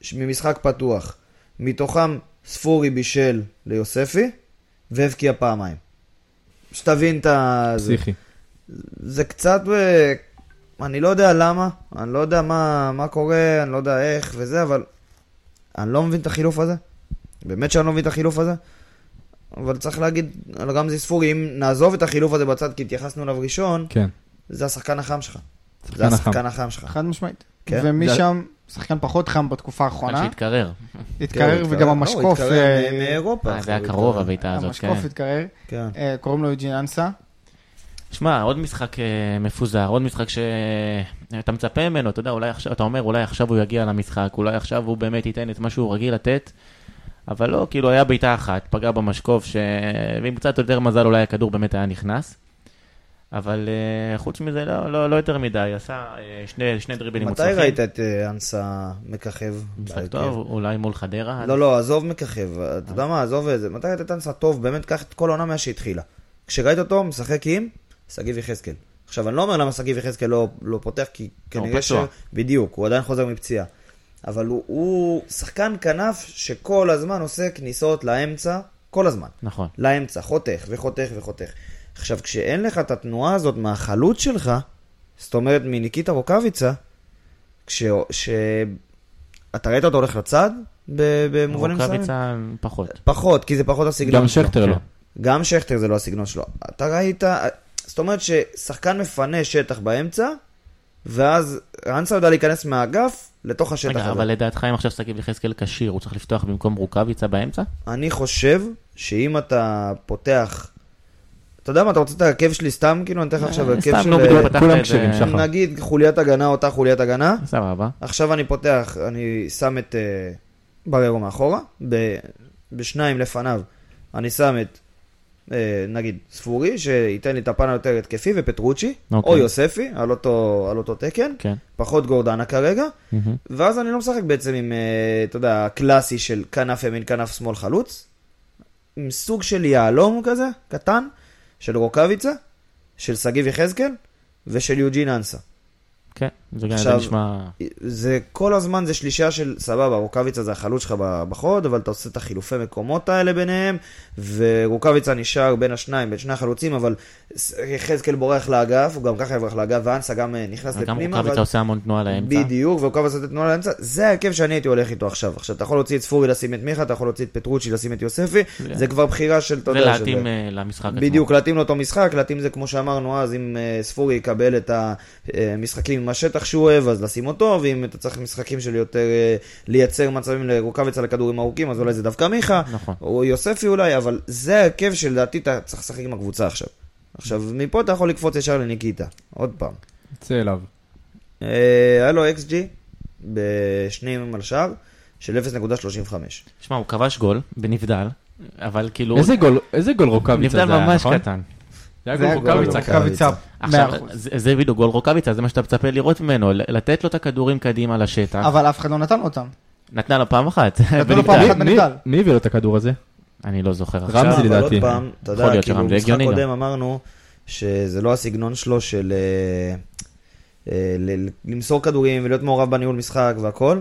ש- ממשחק פתוח. מתוכם ספורי בישל ליוספי, והבקיע פעמיים. שתבין את ה... זה. פסיכי. זה קצת, אה, אני לא יודע למה, אני לא יודע מה, מה קורה, אני לא יודע איך וזה, אבל אני לא מבין את החילוף הזה. באמת שאני לא מבין את החילוף הזה. אבל צריך להגיד על רמזי ספורי, אם נעזוב את החילוף הזה בצד, כי התייחסנו אליו ראשון, כן. זה השחקן החם שלך. זה שחקן החם. השחקן החם שלך. חד משמעית. כן. ומשם, שחקן פחות חם בתקופה עד האחרונה, שהתקרר. כן, התקרר הוא וגם לא, הוא המשקוף, התקרר אה, מ- מאירופה. אה, זה הוא היה קרוב התקרר. הבעיטה הזאת, כן. המשקוף התקרר, כן. אה, קוראים לו יוג'ין אנסה. שמע, עוד משחק אה, מפוזר, עוד משחק שאתה מצפה ממנו, אתה יודע, אולי עכשיו, אתה אומר, אולי עכשיו הוא יגיע למשחק, אולי עכשיו הוא באמת ייתן את מה שהוא רגיל לתת, אבל לא, כאילו, היה בעיטה אחת, פגע במשקוף, ש... ועם קצת יותר מזל אולי הכדור באמת היה נכנס, אבל אה, חוץ מזה, לא, לא, לא יותר מדי, עשה אה, שני, שני דריבלים מתי מוצלחים. ראית את אה, אנסה מככב? משחק בהרכב? טוב, אולי מול חדרה. לא, לא, עזוב מככב, אתה יודע מה, עזוב את זה. מתי אתה טנסה טוב, באמת קח את כל העונה מאז שהתחילה. כשראית אותו, משחק עם שגיב יחזקאל. עכשיו, אני לא אומר למה שגיב יחזקאל לא, לא פותח, כי כנראה ש... פצוע. בדיוק, הוא עדיין חוזר מפציעה. אבל הוא, הוא שחקן כנף שכל הזמן עושה כניסות לאמצע, כל הזמן. נכון. לאמצע, חותך וחותך וחותך. עכשיו, כשאין לך את התנועה הזאת מהחלוץ שלך, זאת אומרת מניקיטה רוקאביצה, כש... ש... אתה ראית אותו הולך לצד? ב- במובנים מסוימים? רוקאביצה פחות. פחות, כי זה פחות הסגנון גם שלו. שכטר לא. כן. גם שכטר זה לא הסגנון שלו. אתה ראית, זאת אומרת ששחקן מפנה שטח באמצע, ואז אנסה יודע להיכנס מהאגף לתוך השטח רגע, הזה. אבל לדעתך, אם עכשיו שגיב יחזקאל כשיר, הוא צריך לפתוח במקום רוקאביצה באמצע? אני חושב שאם אתה פותח, אתה יודע מה, אתה רוצה את ההרכב שלי סתם? כאילו, אני אתן לך עכשיו הרכב אה, של... סתם, אה, נו, בדיוק פתחת כולם את זה. כשרים, שחר. ככה. נגיד חוליית הגנה, אותה חוליית הגנה. סבבה. עכשיו אני פותח, אני שם את אה, בררו מאחורה, ב- בשניים לפניו אני שם את, אה, נגיד, ספורי, שייתן לי את הפן היותר התקפי, ופטרוצ'י, אוקיי. או יוספי, על אותו, על אותו תקן, כן. פחות גורדנה כרגע, מהמם. ואז אני לא משחק בעצם עם, אה, אתה יודע, הקלאסי של כנף ימין, כנף שמאל חלוץ, עם סוג של יהלום כזה, קטן, של רוקאביצה, של שגיב יחזקאל, ושל יוג'ין אנסה. כן. זה גם זה עכשיו- נשמע... זה כל הזמן זה שלישה של סבבה, רוקאביצה זה החלוץ שלך ב- בחוד, אבל אתה עושה את החילופי מקומות האלה ביניהם, ורוקאביצה נשאר בין השניים, בין שני החלוצים, אבל ס- יחזקאל בורח לאגף, הוא גם ככה יברח לאגף, ואנסה גם אה, נכנס גם לפנימה. רוקאביצה אבל- עושה המון תנועה לאמצע. בדיוק, והוא קבע לעשות את תנועה לאמצע, זה ההרכב שאני הייתי הולך איתו עכשיו. עכשיו, אתה יכול להוציא את ספורי לשים את מיכה, אתה יכול להוציא את פטרוצ'י לשים את יוספי, כן. זה כבר בחירה של, אתה זה יודע, של- להתאים אה, למשחק עצמו. בדיוק, להתאים לאותו משחק, להתאים זה כמו שאמרנו אז, אם אה, ספורי יקבל את המשחקים עם השטח שהוא אוהב, אז לשים אותו, ואם אתה צריך משחקים של יותר אה, לייצר מצבים לרוקאביץ על הכדורים ארוכים, אז אולי זה דווקא מיכה, נכון. או יוספי אולי, אבל זה ההרכב שלדעתי אתה צריך לשחק עם הקבוצה עכשיו. עכשיו, מפה אתה יכול לקפוץ ישר לניקיטה, עוד פעם. יצא אליו. אה, היה לו אקס ג'י בשני ימים על שער של 0.35. שמע, הוא כבש גול בנבדל, אבל כאילו... איזה גול- איזה גול רוקאביצה זה נבדל היה, נכון? ממש קטן. זה אה, היה גול רוקאביצה קטן. רוקאביצה, מאה עכשיו, אחוז. זה זה בדיוק גול רוקאביצה, זה מה שאתה מצפה לראות ממנו, ל- לתת לו את הכדורים קדימה לשטח. אה. אבל אף אחד לא נתן לו אותם. נתנה לו פעם אחת, לו לא פעם בנבדל. אחת. מי- בנבדל. מי הביא לו את הכדור הזה? אני לא זוכר רמזי עכשיו. אבל עוד לדעתי. פעם, אתה יכול יודע, להיות כאילו, שרם, זה במשחק הגיוני גם. קודם אמרנו שזה לא הסגנון שלו של אה, אה, ל- ל- למסור כדורים ולהיות מעורב בניהול משחק והכל,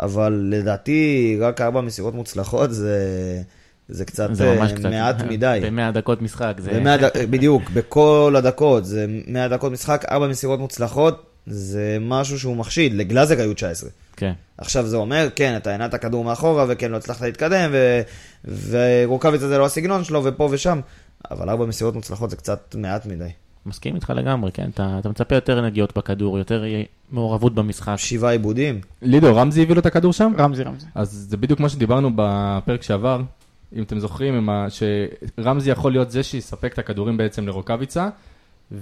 אבל לדעתי רק ארבע מסירות מוצלחות זה... זה קצת, זה ממש אה, קצת. מעט מדי. ב-100 דקות משחק. זה- זה 100 דק- בדיוק, בכל הדקות, זה 100 דקות משחק, 4 מסירות מוצלחות, זה משהו שהוא מחשיד, לגלאזק היו 19. כן. עכשיו זה אומר, כן, אתה הנעת כדור מאחורה, וכן, לא הצלחת להתקדם, ו... ורוקאביץ זה לא הסגנון שלו, ופה ושם, אבל ארבע מסירות מוצלחות זה קצת מעט מדי. מסכים איתך לגמרי, כן? אתה אתה מצפה יותר נגיעות בכדור, יותר אה, מעורבות במשחק. שבעה עיבודים, לידו, רמזי הביא לו את הכדור שם? רמזי, רמזי. אז זה בדיוק מה שדיברנו בפרק שעבר, אם אתם זוכרים, עם ה... שרמזי יכול להיות זה שיספק את הכדורים בעצם לרוקאביצה,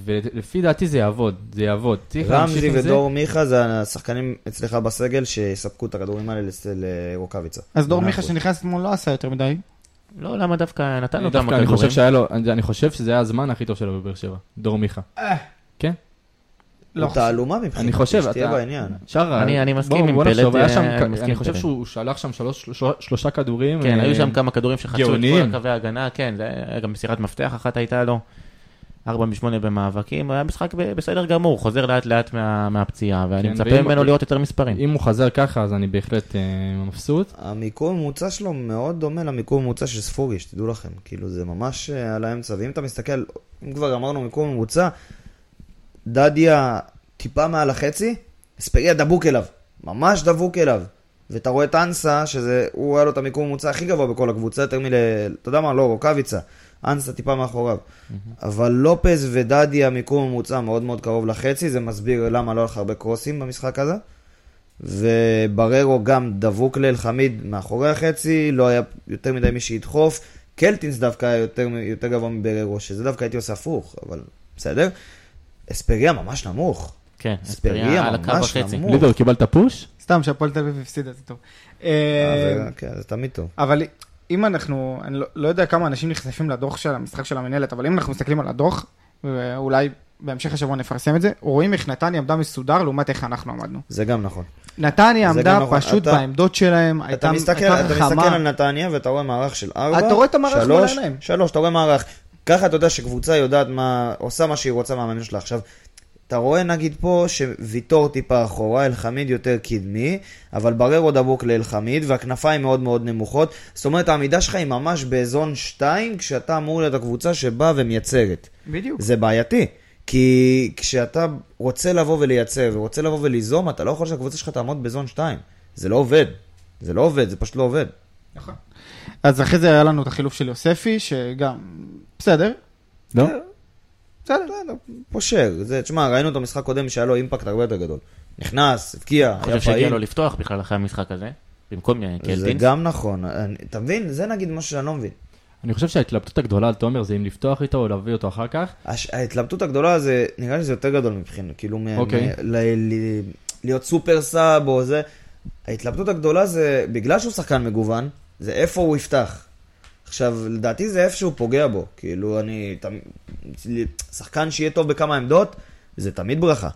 ולפי דעתי זה יעבוד, זה יעבוד. צריך להמשיך רמזי עם זה. ודור מיכה זה השחקנים אצלך בסגל שיספקו את הכדורים האלה לס- לרוקאביצה. אז דור מאה מיכה אחוז. שנכנס אתמול לא עשה יותר מדי. לא, למה דווקא נתן לו דווקא כמה אני חושב כדורים? שהיה לו, אני אני חושב שזה היה הזמן הכי טוב שלו בבאר שבע, דור מיכה. לא הוא תעלומה מבחינתי, אני חושב, שתהיה אתה- בעניין. שאר אני- אני מסכים בוא- עם בוא פלד, נחשוב, אה, היה שם אני כ- מסכים אני עם חושב פלד. שהוא שלח שם שלוש- שלוש- שלושה כדורים. כן, אה, היו שם כמה כדורים שחצו את גאוניים. כל הקווי ההגנה, כן, זה היה גם מסירת מפתח אחת הייתה לו, 4 מ-8 במאבקים, היה משחק ב- בסדר גמור, חוזר לאט לאט מה- מהפציעה, ואני כן, מצפה ואם- ממנו לראות יותר מספרים. אם הוא חזר ככה, אז אני בהחלט אה, מבסוט. המיקום הממוצע שלו מאוד דומה למיקום הממוצע של ספורי, שתדעו לכם. כאילו, זה ממש אה, על האמצע. ואם אתה מסתכל, אם כבר אמרנו מיקום ממוצע, דדיה טיפה מעל החצי, אספריה דבוק אליו. ממש דבוק אליו. ואתה רואה את אנסה, שזה, הוא היה לו את המיקום הממוצע הכי גבוה בכל הקבוצה, יותר מל... אתה יודע מה? לא, רוקאביצה. אנסה טיפה מאחוריו. אבל לופז ודדיה, מיקום ממוצע מאוד מאוד קרוב לחצי, זה מסביר למה לא הלך הרבה קרוסים במשחק הזה. ובררו גם דבוק לאלחמיד מאחורי החצי, לא היה יותר מדי מי שידחוף. קלטינס דווקא היה יותר, יותר גבוה מבררו, שזה דווקא הייתי עושה הפוך, אבל בסדר. אספריה ממש נמוך. כן, אספריה אספריה על הקו ממש וחצי. נמוך. לידור, קיבלת פוש? סתם שהפועל תל אביב הפסידה, זה טוב. אה, אה, זה- כן, זה תמיד טוב. אבל אם אנחנו, אני לא, לא יודע כמה אנשים נחשפים לדוח של המשחק של המנהלת, אבל אם אנחנו מסתכלים על הדוח, ואולי בהמשך השבוע נפרסם את זה, רואים איך נתניה עמדה מסודר לעומת איך אנחנו עמדנו. זה גם נכון. נתניה זה עמדה גם נכון. פשוט אתה- בעמדות שלהם, אתה הייתה מסתכל הייתה אתה חכמה. מסתכל על נתניה ואתה רואה מערך של ארבע, אתה רואה את המערך מול שלוש, העיניים. שלוש, אתה רואה מערך. ככה אתה יודע שקבוצה יודעת מה, עושה מה שהיא רוצה מהמאמן שלה. עכשיו, אתה רואה נגיד פה שוויטור טיפה אחורה, אלחמיד יותר קדמי, אבל בררו דבוק לאלחמיד, והכנפיים מאוד מאוד נמוכות. זאת אומרת, העמידה שלך היא ממש באזון 2, כשאתה אמור להיות הקבוצה שבאה ומייצרת. בדיוק. זה בעייתי. כי כשאתה רוצה לבוא ולייצר ורוצה לבוא וליזום, אתה לא יכול שהקבוצה שלך תעמוד בזון 2. זה לא עובד. זה לא עובד, זה פשוט לא עובד. אז אחרי זה היה לנו את החילוף של יוספי, שגם, בסדר, לא? כן. בסדר, בסדר, פושר. זה, תשמע, ראינו את המשחק קודם שהיה לו אימפקט הרבה יותר גדול. נכנס, הבקיע, אני חושב היה שהגיע פעיל. לו לפתוח בכלל אחרי המשחק הזה, במקום אה, זה קלטינס. גם נכון. אני- אתה מבין? זה נגיד משהו שאני לא מבין. אני חושב שההתלבטות הגדולה על תומר זה אם לפתוח איתו או להביא אותו אחר כך. הש- ההתלבטות הגדולה זה, נראה לי שזה יותר גדול מבחינת, כאילו, מ- אוקיי. מ- ל- ל- להיות סופר סאב או זה. ההתלבטות הגדולה זה, בגלל שהוא שחקן מגוון, זה איפה הוא יפתח. עכשיו, לדעתי זה איפה שהוא פוגע בו. כאילו, אני... תמ- שחקן שיהיה טוב בכמה עמדות, זה תמיד ברכה.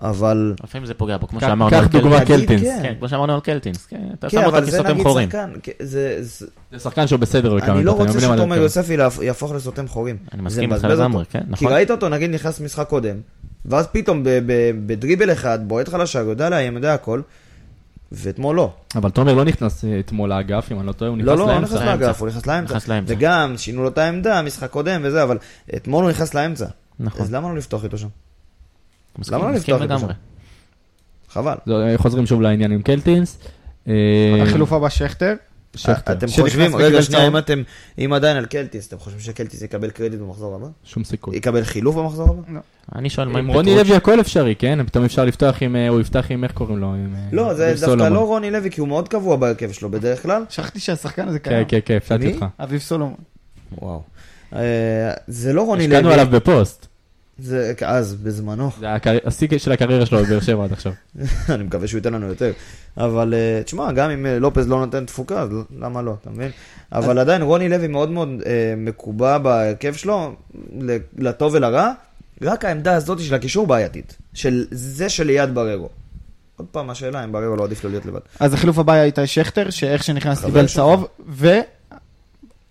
אבל... לפעמים זה פוגע בו, כמו קח- שאמרנו קח על דוגמה להגיד, קלטינס. קלטינס. כן. כן, כמו שאמרנו על קלטינס, כן, אתה שם כן, אותו אבל זה כסותם נגיד חורים. שחקן, כן, זה, זה, זה שחקן שהוא בסדר בכמה אני לא דקות, רוצה מבין למה אתה שתומר מתכוון. יוספי להפ- יהפוך לסותם חורים. אני זה מסכים איתך מבזבז לגמרי, אותו. כן, כי נכון. ראית אותו, נגיד, נכנס משחק קודם, ואז פתאום ב- ב- בדריבל אחד, בועט חלשה, יודע לאיים, יודע הכל, ואתמול לא. אבל תומר לא נכנס אה, אתמול לאגף, אם אני לא טועה, הוא נכנס לא, לא, הוא לאמצע. נכנס לאגף, הוא נכנס לאמצע. נכנס לאמצע. וגם, שינו לו את העמדה, משחק קודם וזה, אבל אתמול הוא נכנס לאמצע. נכון. אז למה לא לפתוח איתו שם? מסכים- למה לא מסכים לפתוח את לגמרי. זה? חבל. זה- חוזרים שוב לעניין עם קלטינס. אה, החילוף הבא שכטר, שכטר, אה, אתם שנכנס חושבים, בגלל רגע, שנייה, צהוב. אם אתם, אם עדיין על קלטיס, אתם חושבים שקלטיס יקבל קרדיט במחזור הבא? שום סיכוי. יקבל חילוף במחזור הבא? אני שואל מה עם עם רוני פטרוץ'. לוי הכל אפשרי, כן? פתאום אפשר לפתוח עם, אה, הוא יפתח עם, איך קוראים לו? עם, אה, לא, זה עם דווקא סולומון. לא רוני לוי, כי הוא מאוד קבוע בהרכב שלו בדרך כלל. שכחתי שהשחקן הזה כן, קיים. כן, כן, הפתעתי אה. מי? אותך. אביב סולומון. וואו. אה, זה לא רוני לוי. השקענו עליו בפוסט. זה- אז, בזמנו. זה הקר- השיא של הקריירה שלו בבאר שבע עד עכשיו. אני מקווה שהוא ייתן לנו יותר. אבל אה, תשמע, גם אם אה, לופז לא נותן תפוקה, אז למה לא, אתה מבין? אבל עדיין רוני לוי מאוד מאוד אה, מקובע בהרכב שלו, ל- לטוב ולרע. רק העמדה הזאת של הקישור בעייתית. של זה שליד בררו. עוד פעם, השאלה אם בררו לא עדיף לו להיות לבד. אז החילוף הבא היה איתי שכטר, שאיך שנכנס חבר קיבל שלך. צהוב,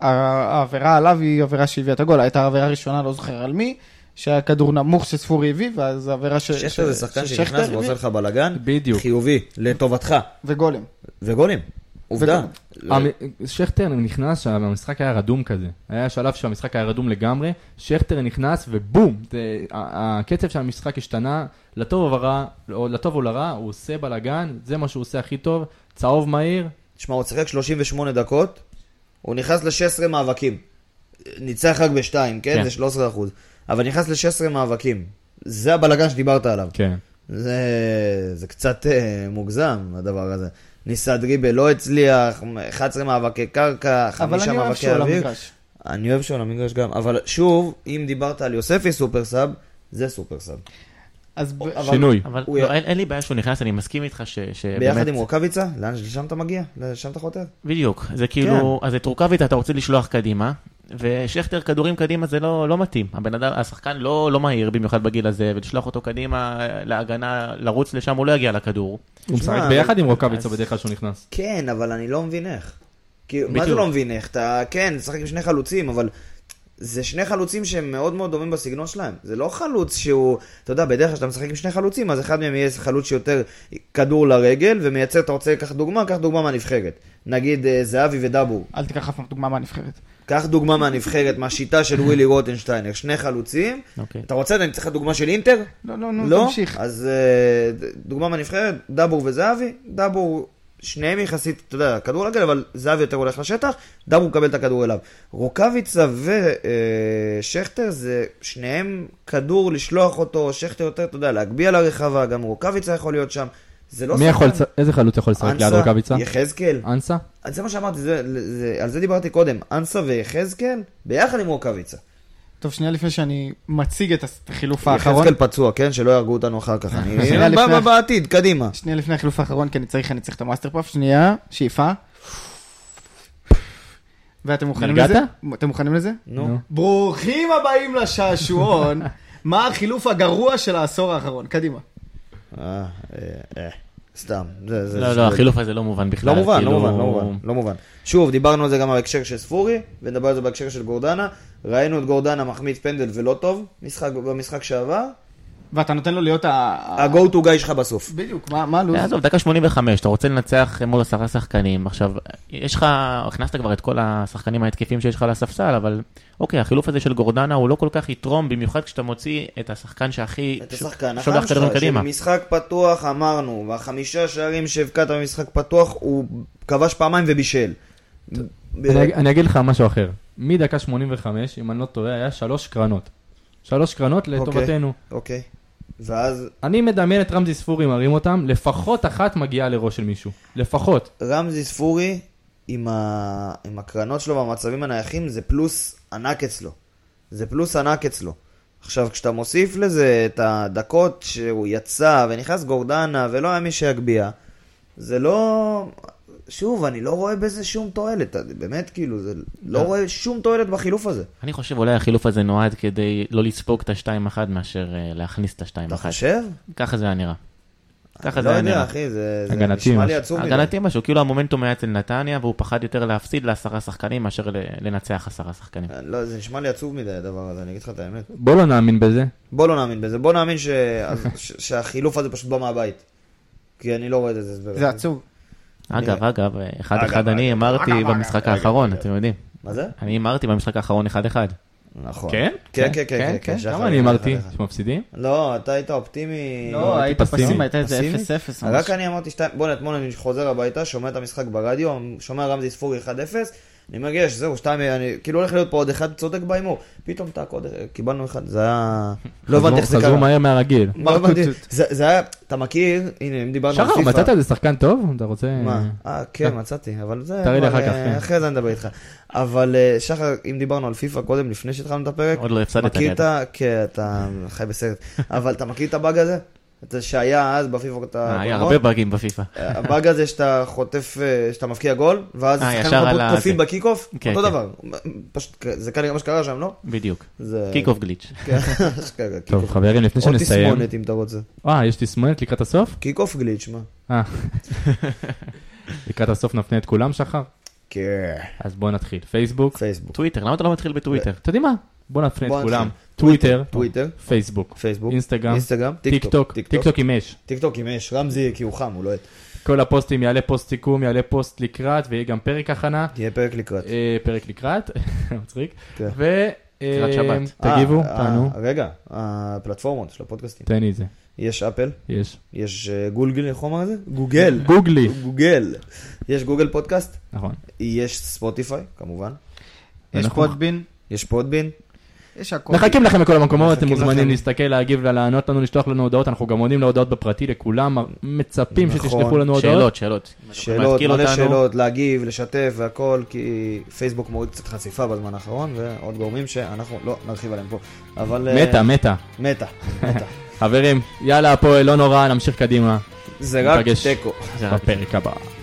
והעבירה עליו היא עבירה שהביאה את הגול, הייתה העבירה הראשונה, לא זוכר על מי, שהיה כדור נמוך שספורי הביא, ואז העבירה ש... שכטר זה שחקן ששכטר שנכנס הביא, ועושה לך בלאגן. בדיוק. חיובי, לטובתך. וגולם. וגולים. עובדה. המ- שכטר נכנס, שם, המשחק היה רדום כזה. היה שלב שהמשחק היה רדום לגמרי, שכטר נכנס ובום! זה- ה- הקצב של המשחק השתנה, לטוב או לרע, או לטוב או לרע, הוא עושה בלאגן, זה מה שהוא עושה הכי טוב, צהוב מהיר, תשמע, הוא שיחק 38 דקות, הוא נכנס ל-16 מאבקים. ניצח רק בשתיים, כן? כן. כן. זה 13 אחוז. אבל נכנס ל-16 מאבקים. זה הבלגן שדיברת עליו. כן. זה, זה קצת אה, מוגזם, הדבר הזה. ניסה דריבל, לא הצליח, 11 מאבקי קרקע, אבל חמישה אני אוהב מאבקי שהוא על אוויר. המגרש. אני אוהב שהוא על המגרש גם. אבל שוב, אם דיברת על יוספי סופר סאב, זה סופר סאב. אז ב- אבל- שינוי. אבל הוא לא, י- אין אין לי בעיה שהוא נכנס, אני מסכים איתך ש- ביחד כן, שבאמת... עם רוקאביצה, לאן לשם אתה מגיע? לשם אתה חותר? בדיוק, זה כאילו, כן. אז את רוקאביטה אתה רוצה לשלוח קדימה, ושכטר כדורים קדימה זה לא לא מתאים. הבן אדם, השחקן לא לא מהיר במיוחד בגיל הזה, ולשלוח אותו קדימה להגנה, לרוץ לשם, הוא לא יגיע לכדור. הוא תשמע, משחק אבל- ביחד עם רוקאביצה בדרך כלל שהוא נכנס. כן, אבל אני לא מבין איך. כאילו, מה זה בדיוק. לא מבין איך? אתה, כן, לשחק עם שני חלוצים, אבל זה שני חלוצים שהם מאוד מאוד דומים בסגנון שלהם. זה לא חלוץ שהוא, אתה יודע, בדרך כלל כשאתה משחק עם שני חלוצים, אז אחד מהם יהיה חלוץ שיותר כדור לרגל, ומייצר, אתה רוצה לקחת דוגמה, קח דוגמה מהנבחרת. נגיד אה, זהבי ודבור. אל תיקח אף פעם דוגמה מהנבחרת. קח דוגמה מהנבחרת, מהשיטה של ווילי רוטנשטיינר, שני חלוצים. אוקיי. אתה רוצה, אני צריך לך דוגמה של אינטר? לא, לא, נו, לא? תמשיך. אז אה, ד- דוגמה מהנבחרת, דבור וזהבי, דבור, שניהם יחסית, אתה יודע, כדור לגל, אבל זהבי יותר הולך לשטח, דבור מקבל את הכדור אליו. רוקאביצה ושכטר זה שניהם כדור לשלוח אותו, שכטר יותר, אתה יודע, להגביה לרחבה, גם רוקאביצה יכול להיות שם. זה לא מי יכול, לצ- איזה חלוץ יכול לשחק ליד רוקאביצה? אה. יחזקאל. אנסה? אז זה מה שאמרתי, זה, זה, על זה דיברתי קודם, אנסה ויחזקאל, ביחד עם רוקאביצה. טוב, שנייה לפני שאני מציג את הס- החילוף האחרון. יחזקאל פצוע, כן? שלא יהרגו אותנו אחר כך. שנייה אני... לפני- ב- ב- בעתיד, קדימה. שנייה לפני החילוף האחרון, כי אני צריך, אני צריך את המאסטר פאף. שנייה, שאיפה. ואתם מוכנים נרגעת? לזה? אתם מוכנים לזה? נו. ברוכים הבאים לשעשועון. מה החילוף הגרוע של העשור האחרון? קדימה. אה, אה, אה, סתם. זה- זה- לא, זה- לא, החילוף הזה לא מובן בכלל. לא מובן, לא כאילו- מובן, לא מובן, לא מובן. שוב, דיברנו על זה גם בהקשר של ספורי, ונדבר על זה בהקשר של גורדנה. ראינו את גורדנה מחמיץ פנדל ולא טוב, משחק- במשחק שעבר. ואתה נותן לו להיות אה. ה... ה-go to guy שלך בסוף. בדיוק, מה מה הלו"ז? עזוב, דקה 85, אתה רוצה לנצח מול עשרה שחקנים, עכשיו, יש לך, הכנסת כבר את כל השחקנים ההתקפים שיש לך לספסל, אבל אוקיי, החילוף הזה של גורדנה הוא לא כל כך יתרום, במיוחד כשאתה מוציא את השחקן שהכי את השחקן ש- שולח החם כדורים שלך, קדימה. שמשחק נכון? פתוח אמרנו, והחמישה שערים שהבקעת במשחק פתוח, הוא כבש פעמיים ובישל. ב- אני- אני אגיד לך משהו אחר. מדקה 85, אם אני לא טועה, היה שלוש קרנות. שלוש קרנות לטובתנו. אוקיי. ואז אני מדמיין את רמזי ספורי מרים אותם, לפחות אחת מגיעה לראש של מישהו. לפחות. רמזי ספורי, עם, ה... עם הקרנות שלו והמצבים הנייחים, זה פלוס ענק אצלו. זה פלוס ענק אצלו. עכשיו, כשאתה מוסיף לזה את הדקות שהוא יצא ונכנס גורדנה ולא היה מי שיגביה, זה לא... שוב, אני לא רואה בזה שום תועלת. אני באמת, כאילו, זה... לא רואה שום תועלת בחילוף הזה. אני חושב אולי החילוף הזה נועד כדי לא לספוג את ה-2-1 מאשר אה, להכניס את אתה ה-2-1. חושב? ככה זה היה נראה. ככה לא זה היה יודע, נראה. אחי, זה זה הגנתי נשמע לי משהו. עצוב. מדי. הגנתי משהו, כאילו המומנטום היה אצל נתניה, והוא פחד יותר להפסיד לעשרה שחקנים מאשר ל- לנצח עשרה שחקנים. לא, זה נשמע לי עצוב מדי הדבר הזה, אני אגיד לך את האמת. בוא לא נאמין בזה. בוא לא נאמין בזה, בוא נאמין ש- אז- ש- שהחילוף הזה פשוט בא מהבית. כי אני לא רואה את זה הסבר. זה עצוב. אגב, אגב, אחד אגב, אחד אני אגב, אמרתי אגב, במשחק אגב, האחרון, אגב. אתם יודעים. מה זה? אני אמרתי במשחק האחרון אחד אחד. נכון. כן? כן, כן, כן, כן. שחר, כמה אני אחד, אמרתי אחד, אחד. שמפסידים? לא, אתה היית אופטימי. לא, הייתי היית פסימי. פסימי, הייתה איזה פסימי? 0-0. ממש. רק אני אמרתי שתיים, בוא'נה, אתמול אני חוזר הביתה, שומע את המשחק ברדיו, שומע רמזי ספורי 1-0, אני מרגש, זהו, שתיים, אני כאילו הולך להיות פה עוד אחד צודק בהימור. פתאום טאק עוד, קיבלנו אחד, זה היה... לא הבנתי איך זה חזרו קרה. מהר מהרגיל. לא הבנתי, זה זה היה, אתה מכיר, הנה, אם דיברנו על שחר, פיפ"א. מצאת איזה שחקן טוב? אתה רוצה... מה? אה, כן, מצאתי, אבל זה... תראי לי אבל, אחר כך, אה, כן. אחרי זה אני אדבר איתך. אבל אה, שחר, אם דיברנו על פיפא קודם, לפני שהתחלנו את הפרק, עוד לא הפסדת, מכיר אני את ה... כן, אתה חי בסרט. אבל אתה מכיר את הבאג הזה? את זה שהיה אז בפיפא. את אה, היה הקודמות? הרבה באגים בפיפא. הבאג הזה שאתה חוטף, אה, שאתה מבקיע גול, ואז אה, השחקן ישר על חוטף ה- קופים זה. בקיק-אוף, כן, אותו כן. דבר. פשוט, זה כנראה מה שקרה שם, לא? בדיוק. זה... קיק אוף גליץ'. כן, אשכרה, קיק-אוף. טוב, חברים, לפני או שנסיים... תסמונת אם אתה רוצה. אה, יש תסמונת לקראת הסוף? קיק-אוף גליץ', מה? אה. לקראת הסוף נפנה את כולם, שחר? כן. אז בואו נתחיל. פייסבוק. פייסבוק. טוויטר, למה אתה לא מתחיל בטוויטר? אתם יודעים מה? בואו נפנה את בואו כולם. נתחיל. טוויטר, טוויטר, פייסבוק, פייסבוק, אינסטגרם, אינסטגרם, טיק טוק, טיק טיקטוק. טוק עם אש. טיקטוק אם יש, רמזי כי הוא חם, הוא לא עט. כל הפוסטים, יעלה פוסט סיכום, יעלה פוסט לקראת, ויהיה גם פרק הכנה. תהיה פרק לקראת. אה, פרק לקראת, מצחיק. כן. ו... אה, לקראת שבת. תגיבו, אה, תענו, אה, רגע, הפלטפורמות של הפודקאסטים. תן לי את זה. יש אפל, יש. יש אה, גולגל, איך הוא אמר את זה? גוגל. גוגלי. גוגל. יש גוגל פודקאסט, נכון. יש ספוטיפיי, כמובן. יש אנחנו- פודבין, יש פודבין. יש הכול. מחכים לכם בכל המקומות, אתם מחכים מוזמנים לכם. להסתכל, להגיב, לענות לנו, לשלוח לנו הודעות, אנחנו גם עונים להודעות בפרטי לכולם, מצפים נכון. שתשלחו לנו הודעות. שאלות, שאלות. שאלות, מתקיל מלא אותנו. שאלות, להגיב, לשתף והכל, כי פייסבוק מוריד קצת חשיפה בזמן האחרון, ועוד גורמים שאנחנו לא נרחיב עליהם פה. אבל... אה, מתה, מתה. מתה, מתה. חברים, יאללה הפועל, לא נורא, נמשיך קדימה. זה רק ניפגש. תיקו. זה רק- בפרק הבא.